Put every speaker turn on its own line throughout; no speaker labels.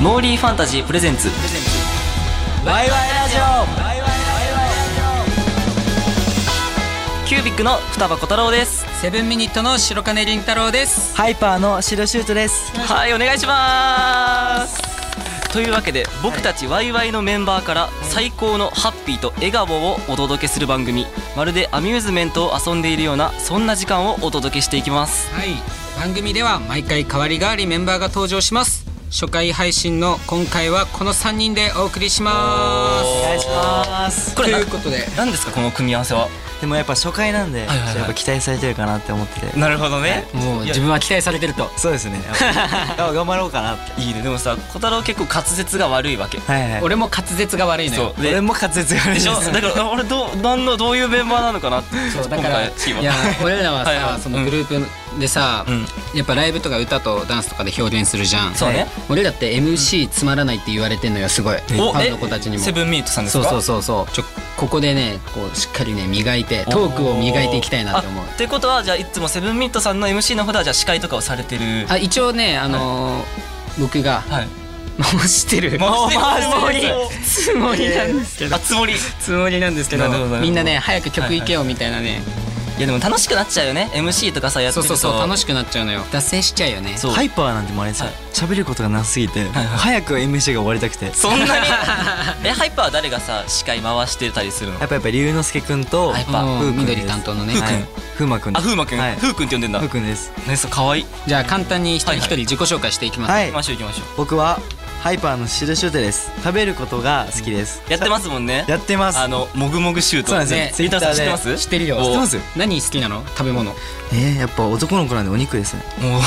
モーリーファンタジープレゼンツワイワイラジオキュービックの双葉小太郎です
セブンミニットの白金凛太郎です
ハイパーの白シュートです
はいお願いしますというわけで僕たちワイワイのメンバーから最高のハッピーと笑顔をお届けする番組まるでアミューズメントを遊んでいるようなそんな時間をお届けしていきます
はい番組では毎回代わり代わりメンバーが登場します初回配信の今回はこの3人でお送りしま
お願いします
す
ことれ
いうことで
何ですかこの組み合わせは
でもやっぱ初回なんで、
はいはい
やっぱ期待されてるかなって思ってて
なるほどね
もう自分は期待されてると
そうですねやっぱ あ頑張ろうかなって
いいねでもさ小太郎結構滑舌が悪いわけ
はいはい
俺も滑舌が悪いのよ
で
俺も滑舌が悪い
で
で
し
す
ょだから俺どう何のどういうメンバーなのかなってちょっと
だ
今
から
回
い
チーム
や俺らは
はいは
さ
い
そのグループでさ
うん
やっぱライブとか歌とダンスとかで表現するじゃん
そうね
俺らって MC つまらないって言われてんのよすごいフ
お
ァン
え
の子たちにも
セブンミートさんです
そう
か
そうそうそうちょここでねこうしっかりね磨いてトークを磨いていきたいなって思う
あということはじゃあいつもセブンミートさんの MC の方ではじゃあ司会とかをされてる
あ一応ねあのー僕が
はい
回してる
もう回してる
つもりなんですけど
あつもりい
つもりなんですけど
なるほどなるほど
みんなね早く曲いけよみたいなね
やでも楽しくなっちゃうよね MC とかさやって
そう
ると
そうそう楽しくなっちゃうのよ脱線しちゃうよね
そう
ハイパーなんてもうあれですよ
はい
喋、ることがなすすぎて、
はい
早く MC が終わりたくてや
そんなに えハイパーは誰がさ司会回してたりするの
っぱやっぱ龍之介くんと
ハイパ
あ
ー
の
ふうくんです
緑担当のね
ふうくん
はい風磨くん
あ風磨くん
はい
風くんって呼んでんだ
ふう
ね
くんです
そう可愛い
じゃあ簡単に一人
はい
一
はい
人自己紹介していきます
は
行
い
きましょう行きましょう
僕はハイパーのシルシューテです食べることが好きです
やってますもんね
やってます
あのもぐもぐシュート
そうなん
ですよ
ね
Twitter
リタさん知っ
で
てます
知ってるよ
お
知ってます
何好きなの食べ物
えー、やっぱ男の子なんでお肉ですね
も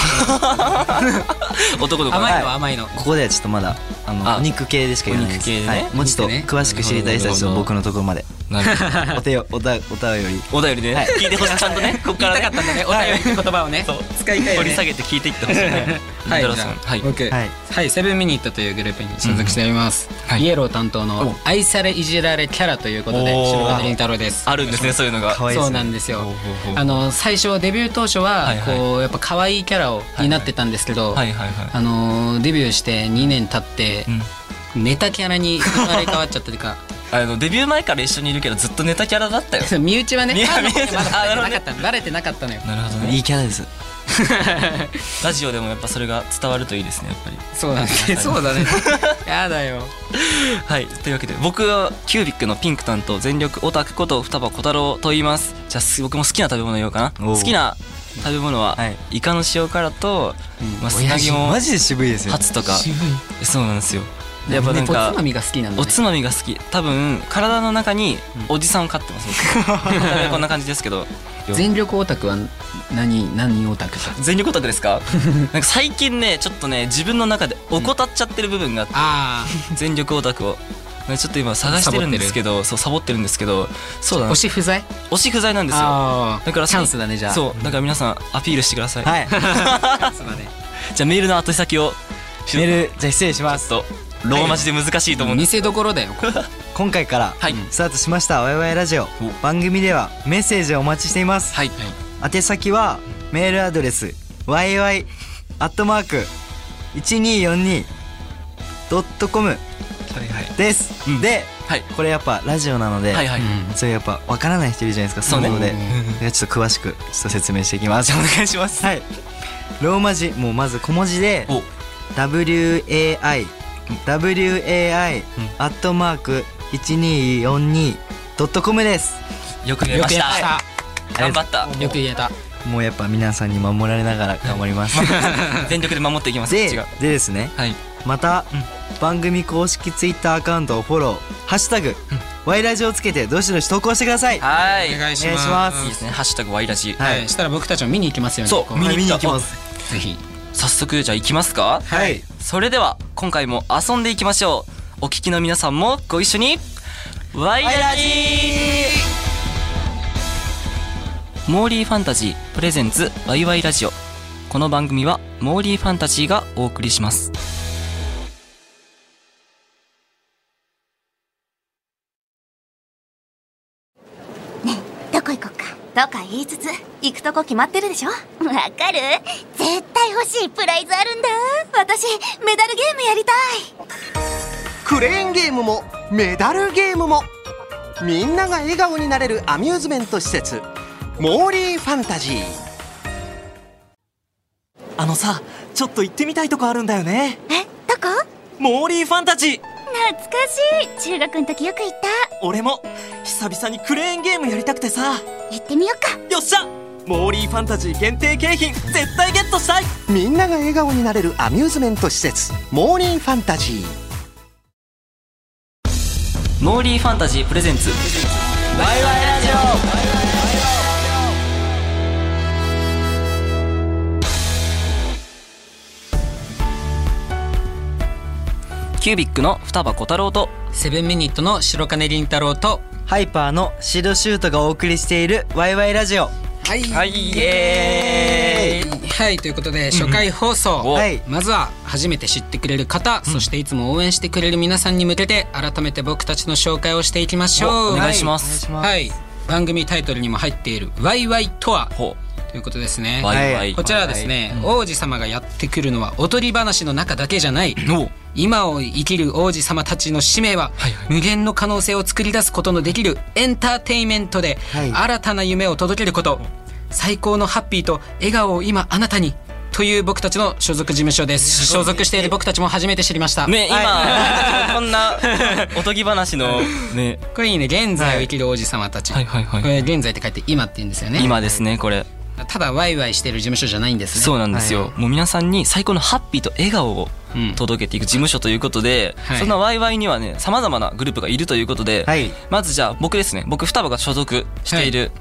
う男の子
甘い
は
の
い
甘いの
ここではちょっとまだあの
あ
お肉系でしか言わないです
お肉系ね
はい、もうちょっと
お肉ね
詳しく知りたい人たち
な
の
るほど
僕のところ まで
なるほど
お手よおたおたより
お便りでね聞いてほしいちゃんとねこっから
言い
ね
たかったんだねお便り って言葉をね
そう
使いたいよ
掘り
ね
下げて聞いていってほしいね
は
リタ
い
ロ
じ
さ
ゃ
ん
あ
はい
僕
はい
はいセブンミニットというグループに所属しております
はい
イエロー担当の愛されいじられキャラということで
おー
白金凛太郎です
あるんですねそういうのが
可愛いで
そう
す
な
ね
んですよ
ほうほうほう
あの最初デビュー当初
は
はい
はい
こうやっぱ可愛いキャラをになってたんですけど
はいはいはい
あのデビューして2年経って
うん
ネタキャラに生まれ変わっちゃったというか
あのデビュー前から一緒にいるけどずっとネタキャラだったよ
身内はね
いや
ファンの方にまだバレ
身内
てなかったのバレてなかったのよ
なるほど
い
ね
いキャ ラです
ラジオでもやっぱそれが伝わるといいですねやっぱり
そうなんですねそうだね やだよ
はいというわけで僕はキュービックのピンク担当全力オタクこと双葉小太郎と言いますじゃあす僕も好きな食べ物言おうかな
おう
好きな食べ物は、
はい
イカの塩辛と、まあ、
おや
砂
じ
肝
マジで渋いですよ
ハ
ね
ツとか
渋い
そうなんですよでやっぱなん
ね
か
おつまみが好きなんだね
おつまみが好き多分体の中におじさんを飼って ます僕こんな感じですけ ど
全力オタクは何何オタクだ
全力オタクですか なんか最近ねちょっとね自分の中で怠っちゃってる部分があって
あ
全力オタクをねちょっと今探してるんですけどそうサボってるんですけどそうだ
あ
な
推し不在
推し不在なんですよ
ああ
だから
チャンスだねじゃあ
そうだから皆さんアピールしてください、
はい
チャンスだね
じゃあメールの後先を
メールじゃあ失礼します
ちょっとローマ字で難しいと思うん
見
です
せどころだよ
今回から
はい
スタートしました「わいわいラジオ」番組ではメッセージをお待ちしています
はい
宛先はメールアドレス yy アットマーク 1242.com
はいはい
です、
うん
で
はい
これやっぱラジオなので、
はいはい
そういうやっぱわからない人いるじゃないですか
そうね
ので
うん
ちょっと詳しくちょっと説明していきます
じゃあ お願いします
はいローマ字もうまず小文字で
お
WAI WAI アットマーク 1242.com です
よく言え
よ
ま
く
し
や
た
った
頑張った
よく言えた
もうやっぱ皆さんに守られながら頑張ります
全力で守っていきます
で
違う
でですね
はい
また、
うん
番組公式ツイッターアカウントをフォロー「ハッシュタグ、ワイラジ」をつけてどしどし投稿してください
はい
お願いし
お願いしま
ます
いいですねハッシュタグワイラジ
は
はいいしたら僕たちも見に行きますよね
そう
こ
見
は
に
い
行
見
った
に行きます
ぜひ
早速じゃあ行きますか
はい
それでは今回も遊んでいきましょうお聞きの皆さんもご一緒にワイラジモーリーファンタジープレゼンツワイワイラジオこの番組はモーリーファンタジーがお送りします
どこ行こうかとか言いつつ行くとこ決まってるでしょわかる絶対欲しいプライズあるんだ私メダルゲームやりたい
クレーンゲームもメダルゲームもみんなが笑顔になれるアミューズメント施設モーリーファンタジー
あのさちょっと行ってみたいとこあるんだよね
えどこ
モーリーファンタジー
懐かしい中学の時よく行っ
俺も久々にクレーンゲームやりたくてさ
た行ってみよっか
よっしゃモーリーファンタジー限定景品絶対ゲットしたい
みんなが笑顔になれるアミューズメント施設モーリーファンタジー
モーリーファンタジープレゼンツワイワイラジオキュービックの双葉小太郎と
セブンミニットの白金凛太郎と
ハイパーのシドシュートがお送りしているワイワイラジオ
はい、
いイエ
ーイはいということで初回放送、
お
はい
まずは初めて知ってくれる方、そしていつも応援してくれる皆さんに向けて改めて僕たちの紹介をしていきましょう
お願いしま
お願い
す
します
はい番組タイトルにも入っている「ワイワイとは
ほ」
ということですね
うワイワ
は
イ
こちらはですね、王子様がやってくるのはおとり話の中だけじゃない
お
今を生きる王子様たちの使命は、
はいはい
無限の可能性を作り出すことのできるエンターテインメントで、
はい
新たな夢を届けること最高のハッピーと笑顔を今あなたにという僕たちの所属事務所です所属している僕たちも初めて知りまし た、
ね今こんなおとぎ話のね
これいいね現在を生きる王子様たち、
はいは
これ現在って書いて今って言うんですよね
今ですねこれ
ただワイワイしてる事務所じゃないんですね
そうなんですよ、
はい
もう皆さんに最高のハッピーと笑顔を
うん
届けていく事務所ということで、
はい
そんなワイワイにはねさまざまなグループがいるということで、
はい
まずじゃあ僕ですね僕双葉が所属している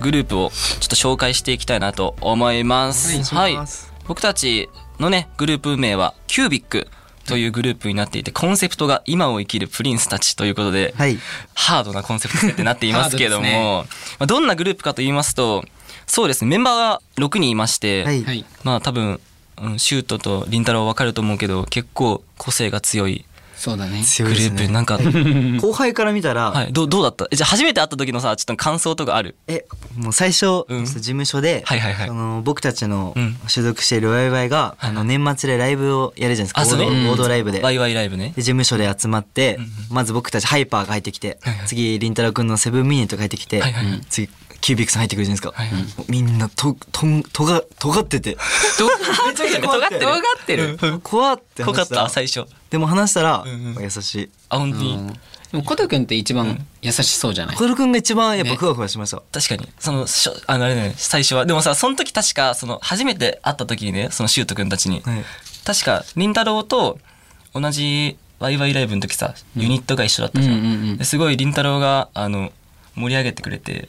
グループをちょっと紹介していきたいなと思います、
はい
僕たちのねグループ名はキュービックというグループになっていてコンセプトが今を生きるプリンスたちということで、
はい
ハードなコンセプト設定になっていますけども、
ハード
まあ、どんなグループかと言いますとそうですねメンバーが6人いまして、
はい
はい
まあ多分、うん、シュートとりんたろう分かると思うけど結構個性が強い
そうだね
グ
強
ル
いです
ープ、
ね
なんか、
後輩から見たら、
はい、どう どうだったえじゃあ初めて会った時のさちょっと感想とかある
えもう最初、
うん
ちょっと事務所で、
はいはいはい
その僕たちの
うん
所属しているワイワイが、あの年末でライブをやるじゃないですか
あそうね
王道王道ライブで。
ワイワイライブね
で事務所で集まって、まず僕たちハイパーが入ってきて、次りんたろうくんのセブンミニットが入ってきて、
はいはいはい
次キュービックさん入ってくるじゃないですか、
はいはい
もうみんなととんとが尖ってて
めちゃくちゃ
尖ってる
尖ってる
怖って
濃
話
かっ
したら
た最初
でも話したら、
んうん
優しい
あ本当に、
うんでもコト君って一番優しそうじゃない、
小田くんが一番やっぱ
ね
ふわふわしました、
確かにそのしょあのあれだね最初はでもさその時確かその初めて会った時にねそのシュート君たちに、
はい
確かりんたろうと同じワイワイライブの時さユニットが一緒だったじゃん,、
うんうんうん
ですごいりんたろうがあの盛り上げてくれ て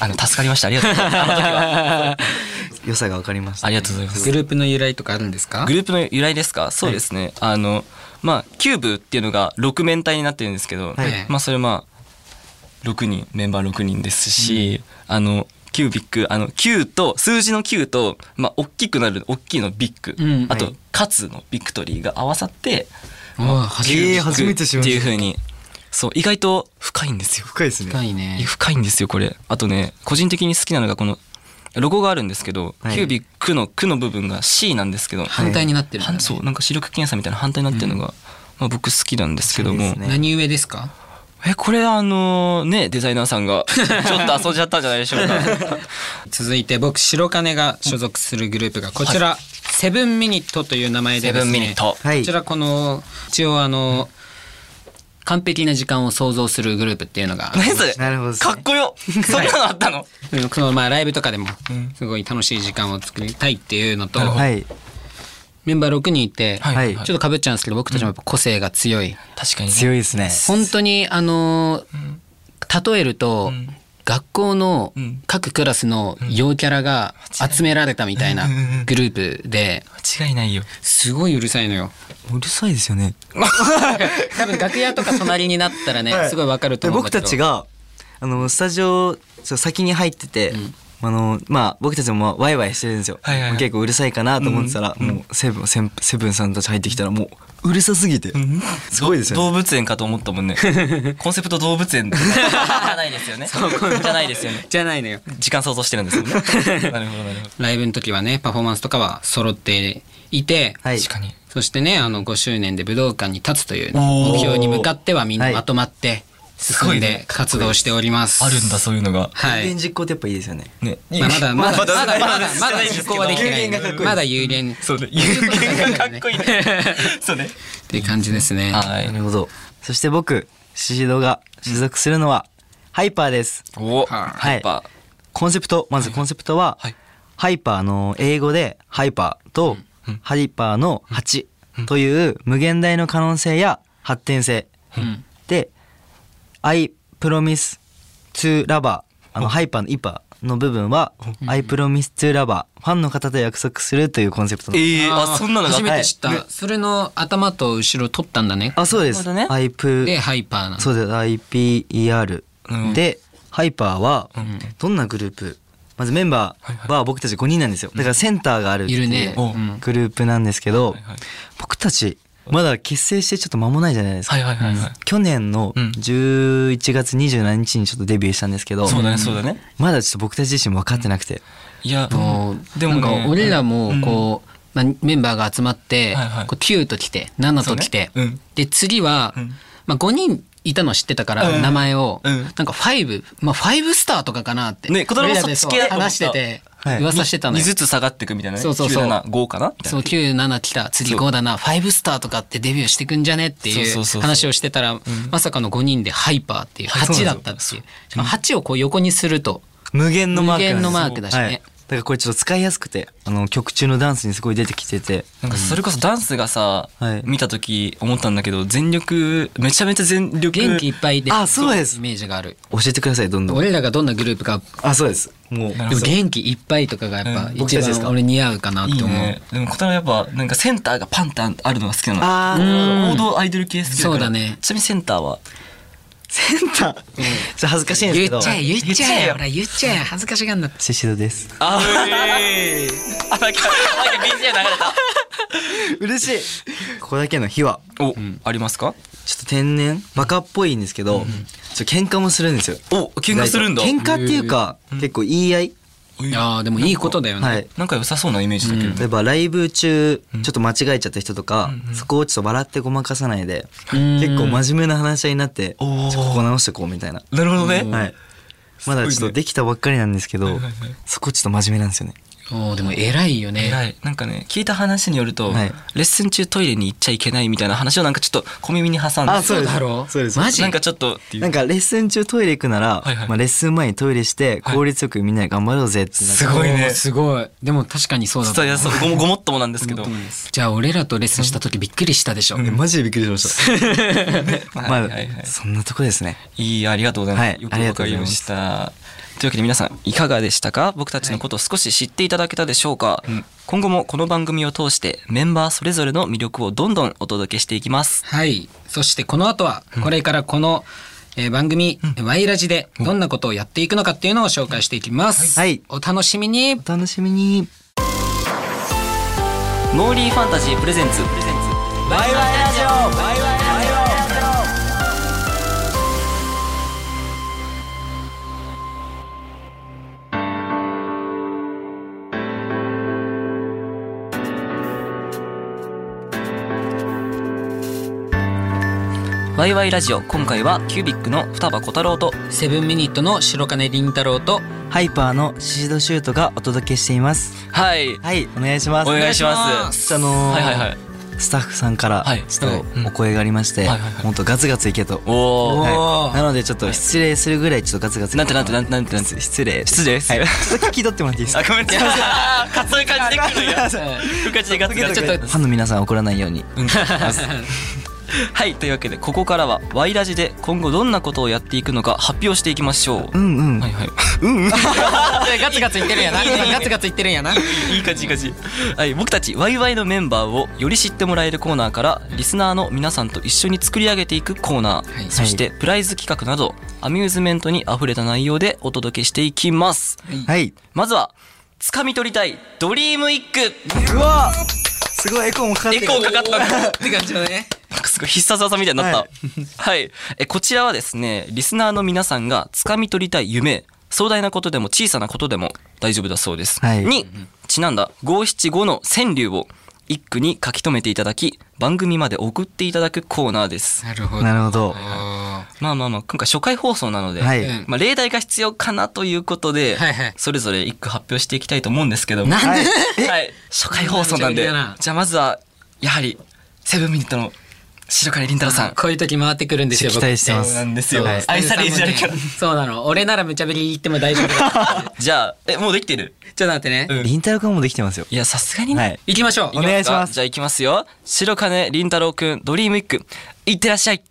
あの助かりましたありがとうあの時は
良さが分かりました
ありがとうございます
グループの由来とかあるんですか
グループの由来ですかそうですね、あのまあキューブっていうのが6面体になってるんですけど、
はい
まあそれまあ6人メンバー6人ですし、あのキュービックあの9と数字の9と、まあ、大きくなる大きいのビッグ、
うん
あと、
はい
カツのビクトリーが合わさって
ああ初め
え
て
ー初めて知りまし
ってい
た
う風にそう意外と深いんですよ
深いですね
深いね
深いんですよこれあとね個人的に好きなのがこのロゴがあるんですけど、
はい
キュービックの「く」の部分が C なんですけど、
反対になってるんだね、
はそうなんか視力検査みたいな反対になってるのが、まあ、僕好きなんですけども、
そうですね
何故ですか
えこれあのねデザイナーさん がちょっと遊んじゃったんじゃないでしょうか
続いて僕白金が所属するグループがこちら、セブンミニットという名前でです
セ
ね
ブンミニット
はい
こちらこの一応あの、完璧な時間を想像するグループっていうのが
何それ
なるほどですね
かっこよそんなのあったの
そのまあライブとかでもすごい楽しい時間を作りたいっていうのと、
はい
メンバー6人いて、
はい
ちょっと被っちゃうんですけど僕たちもやっぱ個性が強い、
確かに、
強いですね
本当にあのー例えると、学校の
ん
各クラスの陽キャラが集められたみたいなグループで
間違いないよ
すごいうるさいの よ
うるさいですよね
多分楽屋とか隣になったらね、すごいわかると
で
思うん
僕
だけど
たちがあのスタジオそう先に入ってて、あのまあ僕たちもまあワイワイしてるんですよ、
はいはいはい
もう結構うるさいかなと思ってたら、もうセブンセンセブンさんたち入ってきたらもううるさすぎて、すごいですよね
動物園かと思ったもん ねコンセプト動物園じゃないですよねじゃないですよね
じゃないのよ
時間想像してるんです よねなるほどなるほど
ライブの時はねパフォーマンスとかは揃っていて、
はい
確かに
そしてねあの5周年で武道館に立つというね、
おー
目標に向かってはみんな
はい
まとまって進んで活動しております。
あるんだそういうのが
は
有
い
言実行ってやっぱいいですよね
ね
まあ、まだまだまだまだまだまだ
実
実
行
行
は
は
で
で
きて
きて
な
ない
ん
いん
で
です
けど
すけどまだ有言 っ
そう ね有言がかっこいいねそうね
ていう感じですね。
は
ないるほどそして僕シシドが所属するのは、ハイパーです
お
は
ハ
い
イパ
コンセプトまずコンセプトは、
はい
ハイパーの英語でハイパーと、ハイパーの8という無限大の可能性や発展性、
ん
で「I promise to lover」あのハイパーの「イパー」の部分は「I promise to lover」ファンの方と約束するというコンセプト
ー
の、
えーあ
ー
そんなのがあっ
初
た
めて知った、それの頭と後ろ取ったんだね。
あそうで
な
す、
るほどね
I pr-
でハイパーなの
そうです IPER、
うん
でハイパーはどんなグループまずメンバーは僕たち5人なんですよだからセンターがあるって
いる
い
ね
う
うん
グループなんですけど
はいはい
僕たちまだ結成してちょっと間もないじゃないですか
はいはいはいはい
去年の
うん
11月27日にちょっとデビューしたんですけど
そうだねそうだね
まだちょっと僕たち自身分かってなくて
いや
もう
でもね
なんか俺らもこう、まあ、メンバーが集まって、
はいはい
こう9と来て7と来て、
そうねうん
で次は、
ん
まあ、5人いたの知ってたから、
うん
名前を、
うん
なんか5、まあ、5スターとかかなって、
ね
俺ら
子供も
で
そ
そ
っち系だ
う
と思った
話してて、
はい
噂してたの
2
よ。
ずつ下がっていくみたいなね
そうそうそう
975かなみたい
そ
な
う97来た次5だな5スターとかってデビューしてくんじゃねって
そう
い
そうそ
う
うそう
話をしてたらまさかの5人でハイパーっていう
いそう
8
な
だ
ん
っ
ですよ
たっていうしかも8をこう横にすると
無限のマークなんですよ
無限のマークだしね
はいだからこれちょっと使いやすくてあの曲中のダンスにすごい出てきてて
なんかそれこそダンスがさ、
はい
見た時思ったんだけど全力めちゃめちゃ全力
元気いっぱいで
あそうです
イメージがある
教えてくださいどんどん
俺らがどんなグループか
あそうです
な
もう
る
で
ほ
も
ど
元気いっぱいとかがやっぱ
うん
一番俺似合うかなって
い
思。
いうねでも小太郎やっぱなんかセンターがパンタンあるのが好きなの
あー
王道アイドル系好きだから
そうだね
ちなみにセンターは
センター、ちょっと恥ずかしいんですけ
言
ど
っちゃえ言っち
言っち
ゃ
ゃえ
え
よ
ほら言っちゃえ恥ずかしがんな。
シシドです
あえあなんかなんか BGM 流れ
嬉しいここだけの日は
たお、ありますか
ちょっと天然バカっぽいんですけど、ちょっと喧嘩もするんですよ
お喧嘩するんだ
意外と喧嘩っていうか、結構言い合い、
ああでもいいことだよ
は
ね。
い
なんか良さそうなイメージだけど、ね
例えばライブ中ちょっと間違えちゃった人とか、そこをちょっと笑ってごまかさないで、結構真面目な話し合いになって、
おー
ちょっとここ直してこうみたいな、
なるほどね、
はいまだちょっとできたばっかりなんですけど、そこちょっと真面目なんですよね
おおでも偉いよね。
偉いなんかね聞いた話によると、
はい
レッスン中トイレに行っちゃいけないみたいな話をなんかちょっと小耳に挟んで
あそうです
だろ
そうです
マジ
なんかちょっとっていう
なんかレッスン中トイレ行くなら、
はいはい
まあ、レッスン前にトイレして効率よくみんなで頑張ろうぜってなって、
すごいね
おーすごい。でも確かにそうだと
伝え
思う
やすごもごもっともなんですけど。
じゃあ俺らとレッスンした時びっくりしたでしょ。
えマジでびっくりしました。まあ、
はいはいはい
そんなとこですね。
いいありがとうございます。
はい
よく
あり
わ
がと
かり
うござい
ま
ます
した。というわけで皆さんいかがでしたか僕たちのことを少し知っていただけたでしょうか、今後もこの番組を通してメンバーそれぞれの魅力をどんどんお届けしていきます。
はい。そしてこの後は、これからこの、えー番組、ワイラジでどんなことをやっていくのかっていうのを紹介していきます。
はい
お楽しみに
お楽しみに。
モーリーファンタジープレゼンツ。プレゼンツ
バイバイラジオバイバイラジオ
ワイワイラジオ今回はキュービックの双葉小太郎と
セブンミニットの白金凛太郎と、
ハイパーのシシドシュートがお届けしています。
はい
はい、お願いします。
お願いしま
ち
す。
ょっとあのー
はいはいはい。
スタッフさんから
はい
ちょっとお声がありまし
は
て、
いはいはい
もっとガツガツいけと。
おお、
はいなのでちょっと失礼するぐらいちょっとガツガツい
なん
け
て
と
なんてなんてなんてなんて失礼失礼。
はい、ちょっと聞き取ってもらっていいで す
あ
か
ごめんなさい。そういう 感じで来るんや。そういう感じでガツガツ。
ファンの皆さん怒らないように。
はいというわけでここからはワイラジで今後どんなことをやっていくのか発表していきましょう、
うんうん
はいはい
ガツガツ言ってるんやな。ガツガツ言ってるんやな。
いい感じいい感じ。はい、僕たちワイワイのメンバーをより知ってもらえるコーナーからリスナーの皆さんと一緒に作り上げていくコーナー、
はい
そしてプライズ企画などアミューズメントに溢れた内容でお届けしていきます。
はい
まずは掴み取りたいドリームイッグ
うわすごいエコーもかかって
エ
る
コーかかったな
って感じだね。
なんかすごい必殺技みたいになった。は、
はい
え。こちらはですね、リスナーの皆さんが掴み取りたい夢、壮大なことでも小さなことでも大丈夫だそうです。
はい
にちなんだ575の川柳を一句に書き留めていただき、番組まで送っていただくコーナーです。
なるほど。
なるほど
は
まあまあまあ、今回初回放送なので、
はい
うん
まあ例題が必要かなということで、
はいはい
それぞれ一句発表していきたいと思うんですけども。
なんで
はい、初回放送なんで
めちゃめちゃ嫌な。
じゃあまずは、やはり、セブンミニットの白金凛太郎さん。
こういう時回ってくるんですよ。
期待してます
そうなんですよ
僕
はい愛されるじゃんから
そうなの。俺なら無茶ぶり言っても大丈夫だ。
じゃあ、え、もうできてる
ちょっと待ってね
う。ん
りんたろくんもできてますよ
いや、さすがにね。
はい
行きましょう。
お願いします
じゃあ行きますよ。白金凛太郎くん、ドリームイック。いってらっしゃい。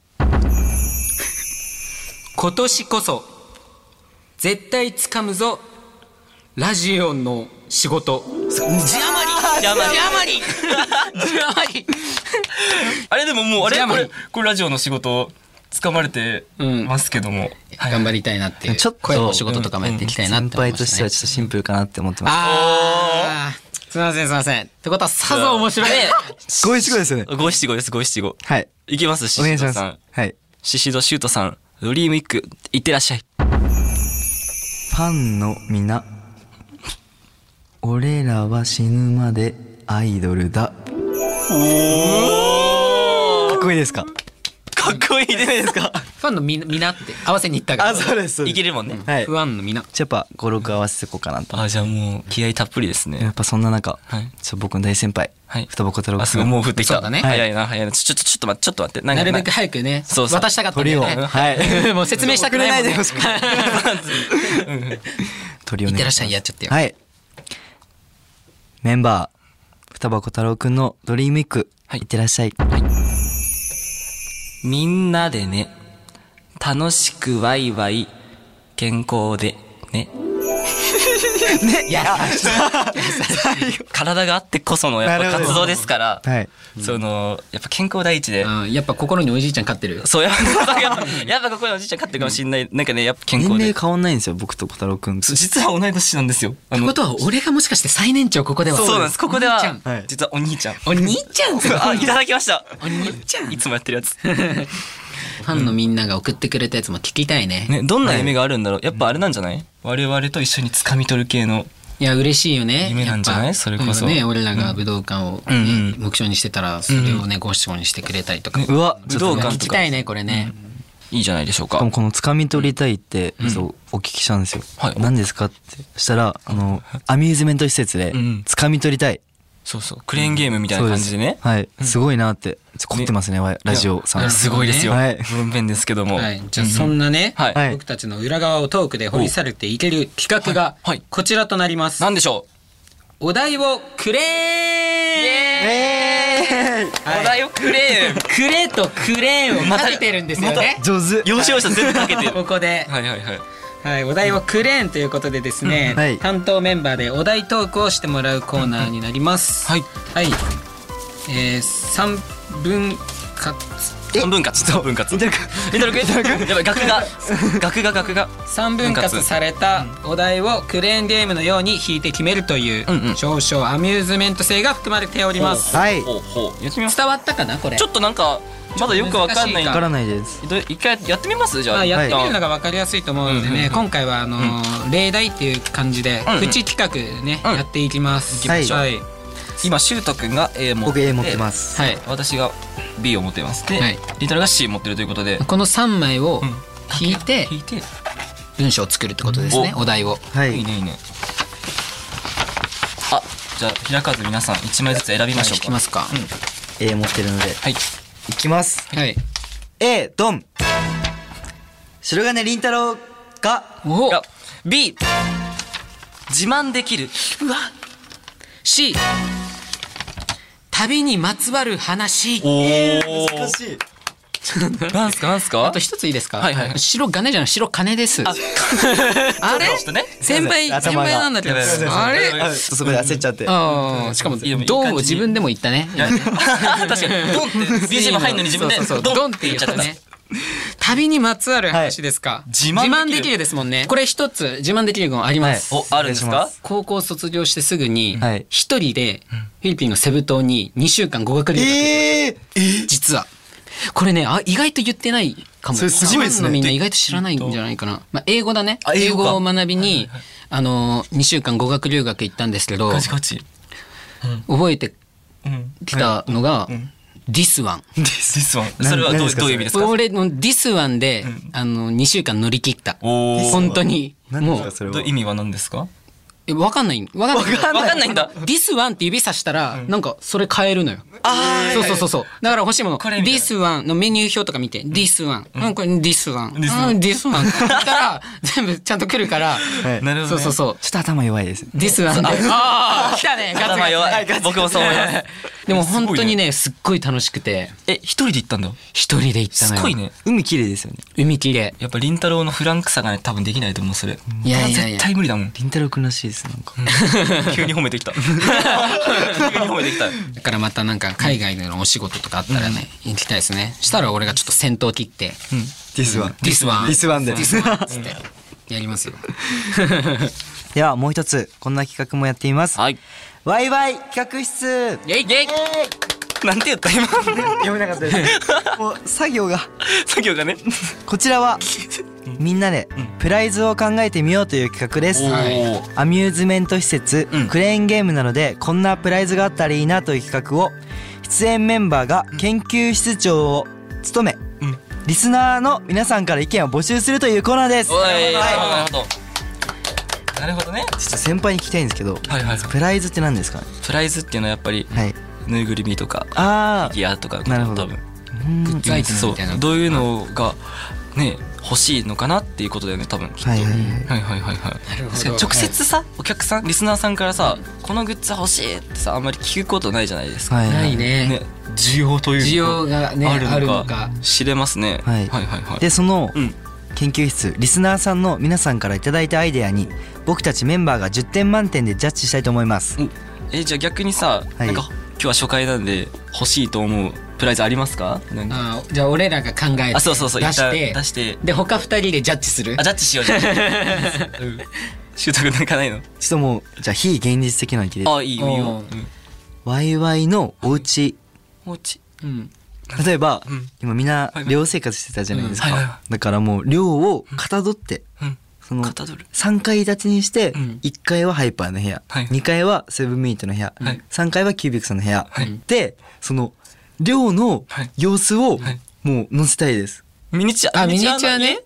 今年こそ絶対掴むぞラジオの仕事字余り字
余り
り字余り
あれでももう、あ
じゃ
れ
あも
こ
う
れ、これラジオの仕事、掴まれてますけども。はい
頑張りたいなっていう
ちょっと
声の仕事とかもやっていきたいなっ
先
て思い
輩
ま
と
し
した
ね
てはちょっとシンプルかなって思ってます
あーすいませんすいませんってことはさぞ面白い
五一五ですよね
五七五です、五七五。
はい
いきます、シ
お願い
シ
し
ド
ます
さん。
はい
シシドシュートさん、ドリームイック、いってらっしゃい。
ファンのみな俺らは死ぬまでアイドルだかっこいいですか
かっこいいですか
ファンのみみなって合わせに行ったから
うですそう
いけるもんね。
はい
ファンのみな
じゃあやっぱ五六合わせていこうかな と
あ、じゃあもう、気合たっぷりです
や
ね
っ。ぱそんな中、
はい
ちょっと僕の大先輩、
はい
双葉小太郎
あ、すごい、
君
もう降ってき
そ
た。
うだね
早いな、早いな。ちょ、ちょ、ちょっと待って、ちょっと待って。なん
な
か
るべく早くね
そうそう
渡したかったんだよね
鳥を
は い
もう説明したくないもんね
遅れないでほしく 鳥を
いっ
ね
てらっしゃいやっちゃってよ
はいメンバー双葉小太郎君のドリームイック、
はい
いってらっしゃい
みんなでね、楽しくワイワイ、健康でね。
いや
体があってこそのやっぱ活動ですから、
はい
その、やっぱ健康第一で。
うんやっぱ心におじいちゃん飼ってる
そうやっぱ、やっぱここにおじいちゃん勝ってるかもしれない。なんかね、やっぱ健
年
康
齢
で。
変わんないんですよ僕と小太郎君
そう実は同い年なんですよ。あ
って
の
ことは俺がもしかして最年長ここでは
そうなんです。ここで
お
は
兄ちゃん、
はい
実はお兄ちゃん。
お兄ちゃんすごい
あ、いただきました。
お兄ちゃん
いつもやってるやつ。
ファンのみんなが送ってくれたやつも聞きたいね
ね、どんな夢があるんだろう。やっぱあれなんじゃない我々と一緒に掴み取る系の。
いや嬉しいよね
夢なんじゃない
やっぱ
それこそ
今度ね俺らが武道館を
うん
ね
う
目標にしてたらそれをね五七五にしてくれたりとか
うわ、武道館
聞
と
き
か
た。いねこれね
いいじゃないでしょう
しか
か
も。この「つかみ取りたい」って、そうお聞きしたんですよ、
はい
何ですかってしたらあのアミューズメント施設で
ん
「つかみ取りたい」
そうそう。クレーンゲームみたいな感じでね。
はい、すごいなってちょ凝ってますねわラジオ
い
さ
や
ん
すごいですよ。
はい、
文面ですけども。
はいじゃあそんなね
はい
はい
僕たちの裏側をトークで掘り下げていける企画が
はいはい
こちらとなります
なんでしょ
お題をくれー
う。お題をクレー ン。
くれとクレーンをかけてるんですよね
上手
要所要所全部かけてる。
ここで
はいはいはい。
はい、お題はクレーンということでですね、
はい
担当メンバーでお題トークをしてもらうコーナーになります。
はい、
えー、三分割
半分割。半分割。リンダルくん。やばい、額が。額が額が。
三分割されたお題をクレーンゲームのように引いて決めるという
うんうん
少々アミューズメント性が含まれております。
はい
ほうほう。やってみます。
伝わったかなこれ？
ちょっとなんか、まだよくわかんない。
わからないです
ど一回やってみますじゃ
ま
あ。
あ、やってみる
一
の
旦
が分かりやすいと思うので
うんうんう
ね、
ん
今回はあのー例題っていう感じで、
うんうん
プチ企画ね、
うん
やっていきます。
はい
はい、
今、シュートくんが A 持っ
僕
て。
A 持ってます、
はい
私が B を持ってます。で
はい、
リンダルが C 持ってるということで。
この三枚を
ん
引いて、
引いて。
文章を作るってことですねお題を
はい
いいねいいねあじゃあ開かず皆さん1枚ずつ選びましょう
聞き
か
ますか、
A 持ってるので
はい
いきます
はい
A ドン白金凛太郎が
お
いや B 自慢できる
C 旅にまつわる話
おお
難しい
なんすかなんすか
あと一ついいですか。
はいはい
白金じゃない白金です。あ
ちょっ
れ
とね
先輩
すいませ
先
ん頭が
輩なんだけど。
やばいやばい
あ
やばいやば
れ。
い
あちょっとそこで焦っちゃって
あーしかも
いいよいい感じ
ドンを自分でも言ったね。
いや確かにドンって BGM 入るのに自分で
そうそうそう
ド
ド
ン
ン
っ
って
言
て言
っ
っ
ち
ち
ゃ
ゃ
った
っ
ん
た
です
ね。旅にまつわる話ですか。
自慢できる
自慢できるですもんね。これ一つ自慢できるのあります。
おあるんです
お願い
か
し
高校卒業してすぐに
はい
一人でフィリピンのセブ島に2週間語学留学
え
実はこれねあ意外と言ってないかも
それすごいです
フ
ね
ァンのみんな意外と知らないんじゃないかな、まあ、英語だね
あ英
英
語か
語を学びにあの2週間語学留学行ったんですけど
ガチガチ
覚えて
うん
きたのが「This One
ですわそれはどう
何ですか
どういう意味で」すか
俺の「This One で」あの2週間乗り切った
おー
本当に
何で
も
すか
う
それ
ど
は
う意味は何ですか
えわかんないわかんない
わかんない
わかんないんだ「This One」って指さしたらなんかそれ変えるのよ
あ
そうそうそうそう。だから欲しいもの。
これみたいな
This one のメニュー表とか見て、This one。うん、これ This one。うん、This one。だから、全部ちゃんと来るから。
はい
なるほど
そう
ね
そうそう。
ちょっと頭弱いです
This one で。ああ、来たね。ガツガツ
頭弱い僕もそう思い ます
でも本当にね、すっごい楽しくて、
え一人で行ったんだ
一人で行った
す
のよ。
ごい。ね
海綺麗ですよね
海きれ
やっぱり凛太郎のフランクさがね多分できないと思うそれ
いやいやいや
絶対無理だもん
りんたろうくんらしいですなんか
急に褒めてきた急に褒めてきた
い。だからまたなんか海外でのお仕事とかあったらね、行きたいですね。したら俺がちょっと先頭切って、
This one
This one。
This one で
This one っつって。やりますよ。
ではもう一つこんな企画もやっています
はい
ワイワイ企画室
イェイイェイ
なんて言 った今
読めなかったです もう作業が
作業がね
こちらはみんなでプライズを考えてみようという企画です
おー
はいアミューズメント施設、
うん
クレーンゲームなどでこんなプライズがあったらいいなという企画を出演メンバーが研究室長を務め、
うん
リスナーの皆さんから意見を募集するというコーナーです
おいな
は
るほどなるほどね
い、ちょっと先輩に聞きたいんですけど、
はいはい
プライズって何ですかね
プライズっていうのはやっぱり
はい
ぬいぐるみとか
あ
ギアとか
なるほど
多分
グッズアイテム
そ
みたいな
うどういうのがね欲しいのかなっていうことだよね多分きっと
はいはいはい
はいはいはいはい
なるほど
確かに直接さお客さんリスナーさんからさこのグッズ欲しいってさあんまり聞くことないじゃないです
あ
か
はい
ない
ね
ね。
需要という
需要がね
あるのか
あるのか。
知れますね
は
はいいはいはい
でその
うん
研究室リスナーさんの皆さんからいただいたアイデアに僕たちメンバーが10点満点でジャッジしたいと思います
えじゃあ逆にさ
はい
なんか今日は初回なんで欲しいと思うプライズありますかなんか
あーじゃあ俺らが考えて
あそうそうそう
出し
一
て
旦出して
で他二人でジャッジする
あジャッジしよう じゃあうんシュート君なんかないの
ちょっともうじゃあ非現実的なので
あいいよいいよ
おー
うん
ワイワイのお家
おうち
うん
例えば、
うん
今みんな
はいはい
寮生活してたじゃないですか、
うんはいはいは
だからもう寮をかたどって、
うん
その
かたどる
3階建てにして
うん
1階はハイパーの部屋、
はい
2階はセブンミートの部屋、
はい
3階はキュービックさんの部屋、
はい
でその寮の
はい
様子を
はい
もう載せたいです、
ミニチュア
あミニチュアね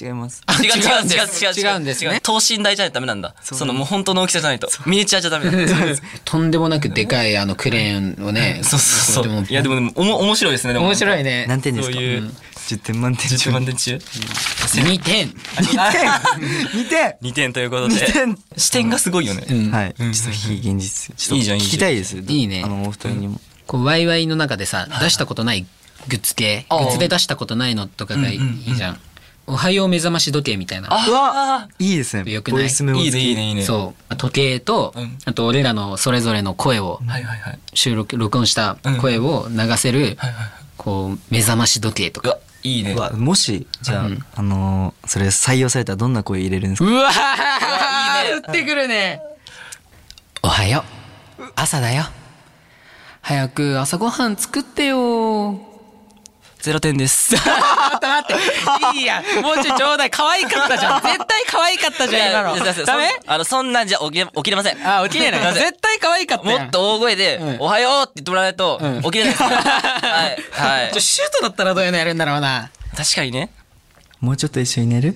違います
あ
違う違
違うん
う
で
違う
す
違う
違うんですね
違等身大じゃダメなんだそのもう本当の大きさじゃないとミニチュアじゃダメなんだ
とんでもなくでかいあのクレーンをね
そうそう
で
そ
も
ういやでもでもおも面白いですねでも
面白
い
いね
何点ですか
そういう
10点満 点
10
中
万点中
2点
2点
2点ということで
二点
視点がすごいよね
うん
はい、ちょっと非現実ちょっと
いいじゃんいいじゃん
聞きたいです
いいね
あのお二人にも、
こうワイワイの中でさ出したことないグッズ系グ
あー
ッズで出したことないのとかがいい
うんうんうん
いいじゃんおはよう目覚まし時計みたいな
あ
うわいいですね
よくない
ボイスメモ
い
付
いねい
き
いねいいね
そう時計と
うん
あと俺らのそれぞれの声を
はいはいはい
収録録音した声を流せる
はいはい
こう目覚まし時計と
う
か
わいいね
うわもしじゃあ、
うん
あのーそれ採用されたらどんな声入れるんですか
うわー打ってくるねおはよう朝だよ早く朝ごはん作ってよ
0点 です
待って待っていいやもうちょいちょうだい可愛かった じゃん絶対可愛かったじゃん今
いやいやいや
のダメ
そんあのそんなんじゃ起きれ起きれません
あ起き れない
せん
絶対可愛かった
も
やん
っと大声で
うん
「おはよう」って言ってもらわないと
うん
起きれないです はいはい
ちょシュートだったらどういうのやるんだろうな
確かにね
もうちょっと一緒に寝る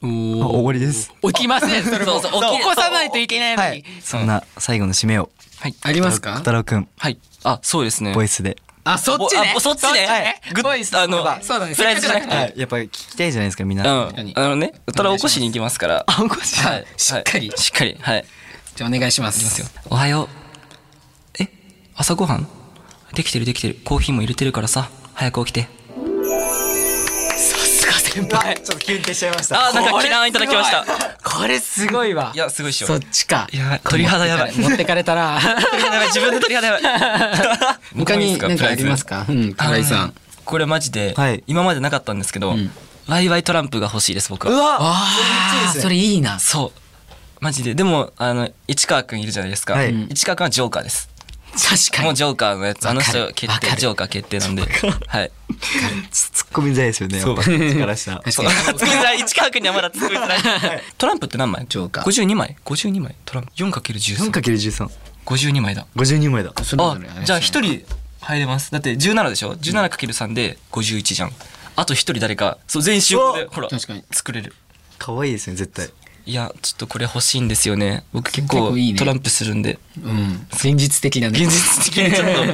あ終わりです
起きませんそれも
そうそう起き
起こさないといけないのに、
はいそんな最後の締めを
はい
あります
小
か
太郎くん
はいあそうですね
ボイスで、
あそっちね
あそっちねグッ
ボイス
あの
そうだね
プライズじゃなくて
はい、やっぱり聞きたいじゃないですかみんな、
う
か
ん
に、
あのね、ただ起こしに行きますから。あ、起こし。はい、
しっかり
はいしっかり、はい。
じゃあお願いします
おはよう。え、朝ごはん。できてる、できてる、コーヒーも入れてるからさ、早く起きて
さすが先輩ちょっとキュンってしちゃいまし
あーなんかキラーンいただきました
これすごいわ
いやすごいっしょ
そっちか
いや鳥肌やばい
持ってかれ たら
鳥肌やばい自分で鳥肌やばい
他に何かあります
か
かうん
プ
河
ラ
合
イズ
さ
あ
ん
のこれマジで、
はい
今までなかったんですけど、
ん
ワイワイトランプが欲しいです僕は
あーそれいいな
そうマジででもあの市川くんいるじゃないですか、
はい
市川くんはジョーカーですも
確か
う
に
ジョーカーのやつあの
わか
人
る
決
わか
定
る
ジョーカー決定なんではい
ツッコみづらいですよねやっぱからしたら
確
そう
かに
作りづらい市川くんにはまだ作りづらいトランプって何枚
ジョーカー
52枚52枚トランプ 4×10
4×1352
52枚だ
枚だ
それ
あ
ぞれあれですね
じゃあ一人入れますだって17でしょ 17×3 で51じゃんあと一人誰かそう全員集合でほら
確かに
作れる
可愛いですね絶対
いやちょっとこれ欲しいんですよね僕結
結
構
構いいね
トランプするんで
うん現実的だね
現実的にちょっと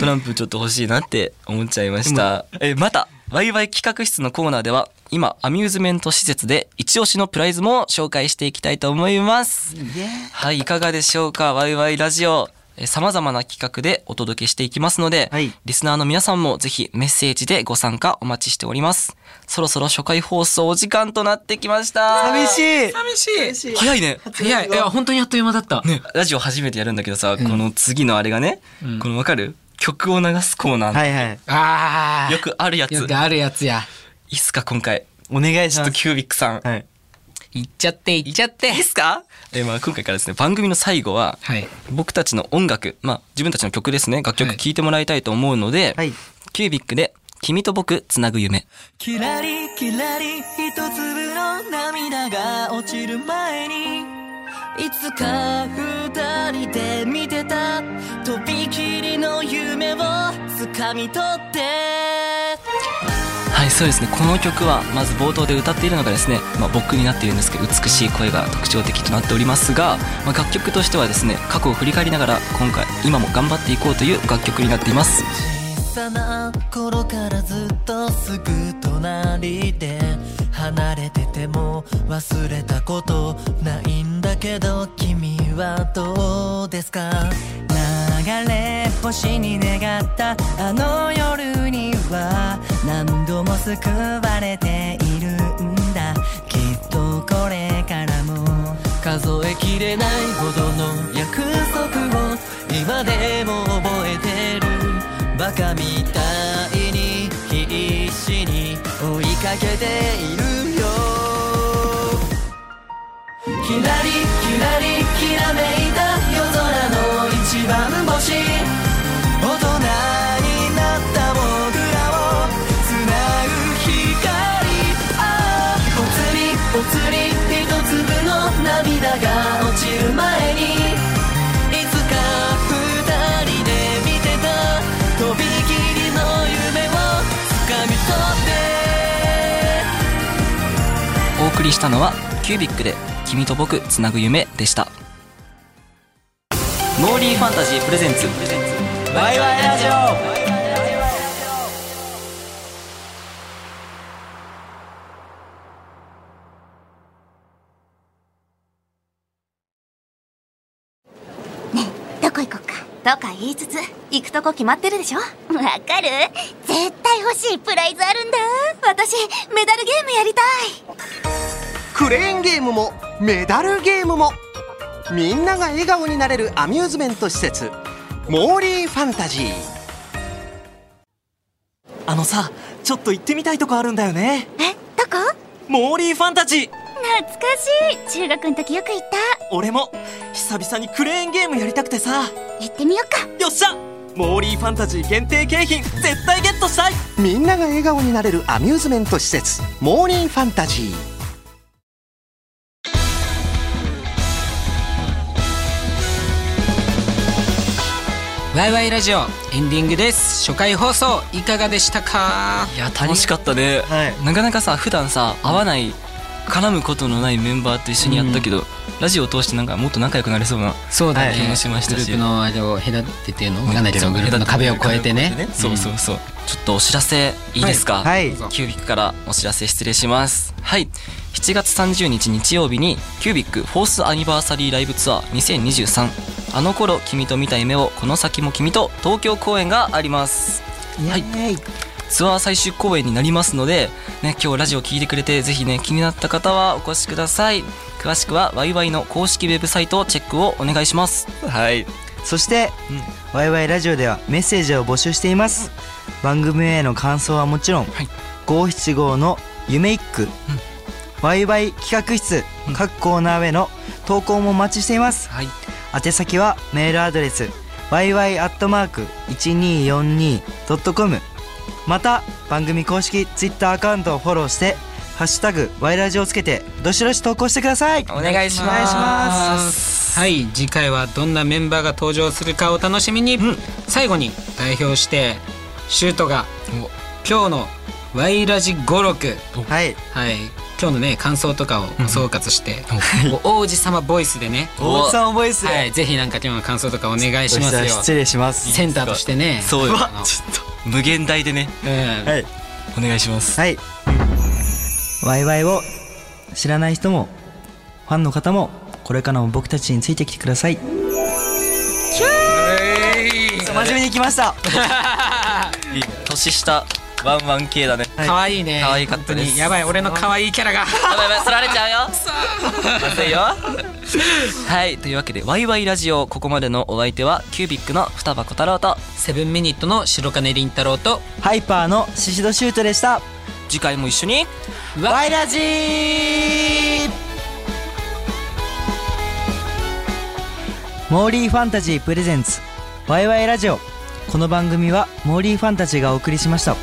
トランプちょっと欲しいなって思っちゃいましたえまたワイワイ企画室のコーナーでは今アミューズメント施設で一押しのプライズも紹介していきたいと思いますはいいかがでしょうかワイワイラジオさまざまな企画でお届けしていきますので、
はい
リスナーの皆さんもぜひメッセージでご参加お待ちしておりますそろそろ初回放送お時間となってきました
寂しい
しい
早いね
早いいや本当にあっという間だった
ね、ラジオ初めてやるんだけどさ、この次のあれがね、このわかる曲を流すコーナー、
はいはい
ああ
よくあるやつい
よくあるやつや
いっすか今回
お願いし
ちょっ
ま
と
す
キュービックさん、
はい
いっちゃっていっちゃって
いいっすか、えーまあ、今回からですね番組の最後は
はい
僕たちの音楽、まあ、自分たちの曲ですね楽曲
はい
聴いてもらいたいと思うので、
はい
キュービックで「君と僕つなぐ夢
キラリキラリ一粒の涙が落ちる前にいつか二人で見てたとびきりの夢を掴み取って」
はいそうですねこの曲はまず冒頭で歌っているのがですね、まあ、僕になっているんですけど美しい声が特徴的となっておりますが、まあ、楽曲としてはですね過去を振り返りながら今回今も頑張っていこうという楽曲になっています
小さな頃からずっとすぐ隣で離れてても忘れたことないんだけど君はどうですか流れ星に願ったあの夜には何度も救われているんだきっとこれからも数えきれないほどの約束を今でも覚えてるバカみたいに必死に追いかけているよキラリキラリきらめいた夜空の一番星大人になった僕らをつなぐ光ああぽつりぽつり一粒の涙が落ちる前にいつか二人で見てたとびきりの夢を掴み取って
お送りしたのはキュービックで「君と僕つなぐ夢」でしたモーリーファンタジープレゼンツワイワイラジオ
どこ行こっかとか言いつつ行くとこ決まってるでしょわかる絶対欲しいプライズあるんだ私メダルゲームやりたい
クレーンゲームもメダルゲームもみんなが笑顔になれるアミューズメント施設モーリーファンタジー
あのさちょっと行ってみたいとこあるんだよね
えどこ
モーリーファンタジー
懐かしい中学の時よく行った
俺も久々にクレーンゲームやりたくてさ
行ってみよっか
よっしゃモーリーファンタジー限定景品絶対ゲットしたい
みんなが笑顔になれるアミューズメント施設モーリーファンタジー
ワイワイラジオエンディングです初回放送いかがでしたか
いや楽しかったね、
はい
なかなかさ普段さ会わない絡むことのないメンバーと一緒にやったけど、ラジオを通してなんかもっと仲良くなれそうな
そうだね、
はい気もしましたし
グループのあれを隔ててのかなりそのグループの壁を越えてね
そうそうそう、ちょっとお知らせいいですか
はい
キュービックからお知らせ失礼しますはい7月30日日曜日にキュービックフォースアニバーサリーライブツアー2023あの頃君と見た夢をこの先も君と東京公演がありますはいツアー最終公演になりますので、ね、今日ラジオ聞いてくれてぜひね気になった方はお越しください詳しくはワイワイの公式ウェブサイトをチェックをお願いします
はい
そして、ワイワイラジオではメッセージを募集しています、番組への感想はもちろん、
はい
五七五の夢一句、ワイワイ企画室、各コーナーへの投稿もお待ちしています
はい
宛先はメールアドレス yy.1242.com また番組公式 Twitter アカウントをフォローして「ハッシュタグワイラジ」をつけてどしどし投稿してください
お願いします
お願いします
はい次回はどんなメンバーが登場するかお楽しみに、最後に代表してシュートが今日の「ワイラジ語録
はい」
はい今日のね感想とかを総括して、お王子様ボイスでね
大津さん覚えっすよ、
はい、ぜひなんか今日の感想とかお願いし
そ
ま
し
す
たら
よ
失礼します
センターとしてね
そうよ
あの
無限大でね
うん
はい
お願いします
はいワイワイを知らない人もファンの方もこれからも僕たちについてきてください真面目に来ました
いいね年下ワンワン系だね
可愛、い、ね
可愛かったです
本当にやばい俺の可愛いキャラが
やばいやばい取られちゃうよまずいよはいというわけでワイワイラジオここまでのお相手はキュービックの双葉小太郎と
セブンミニットの白金凛太郎と
ハイパーのシシドシュートでした
次回も一緒に
ワイラジモーリーファンタジープレゼンツワイワイラジオこの番組はモーリーファンタジーがお送りしました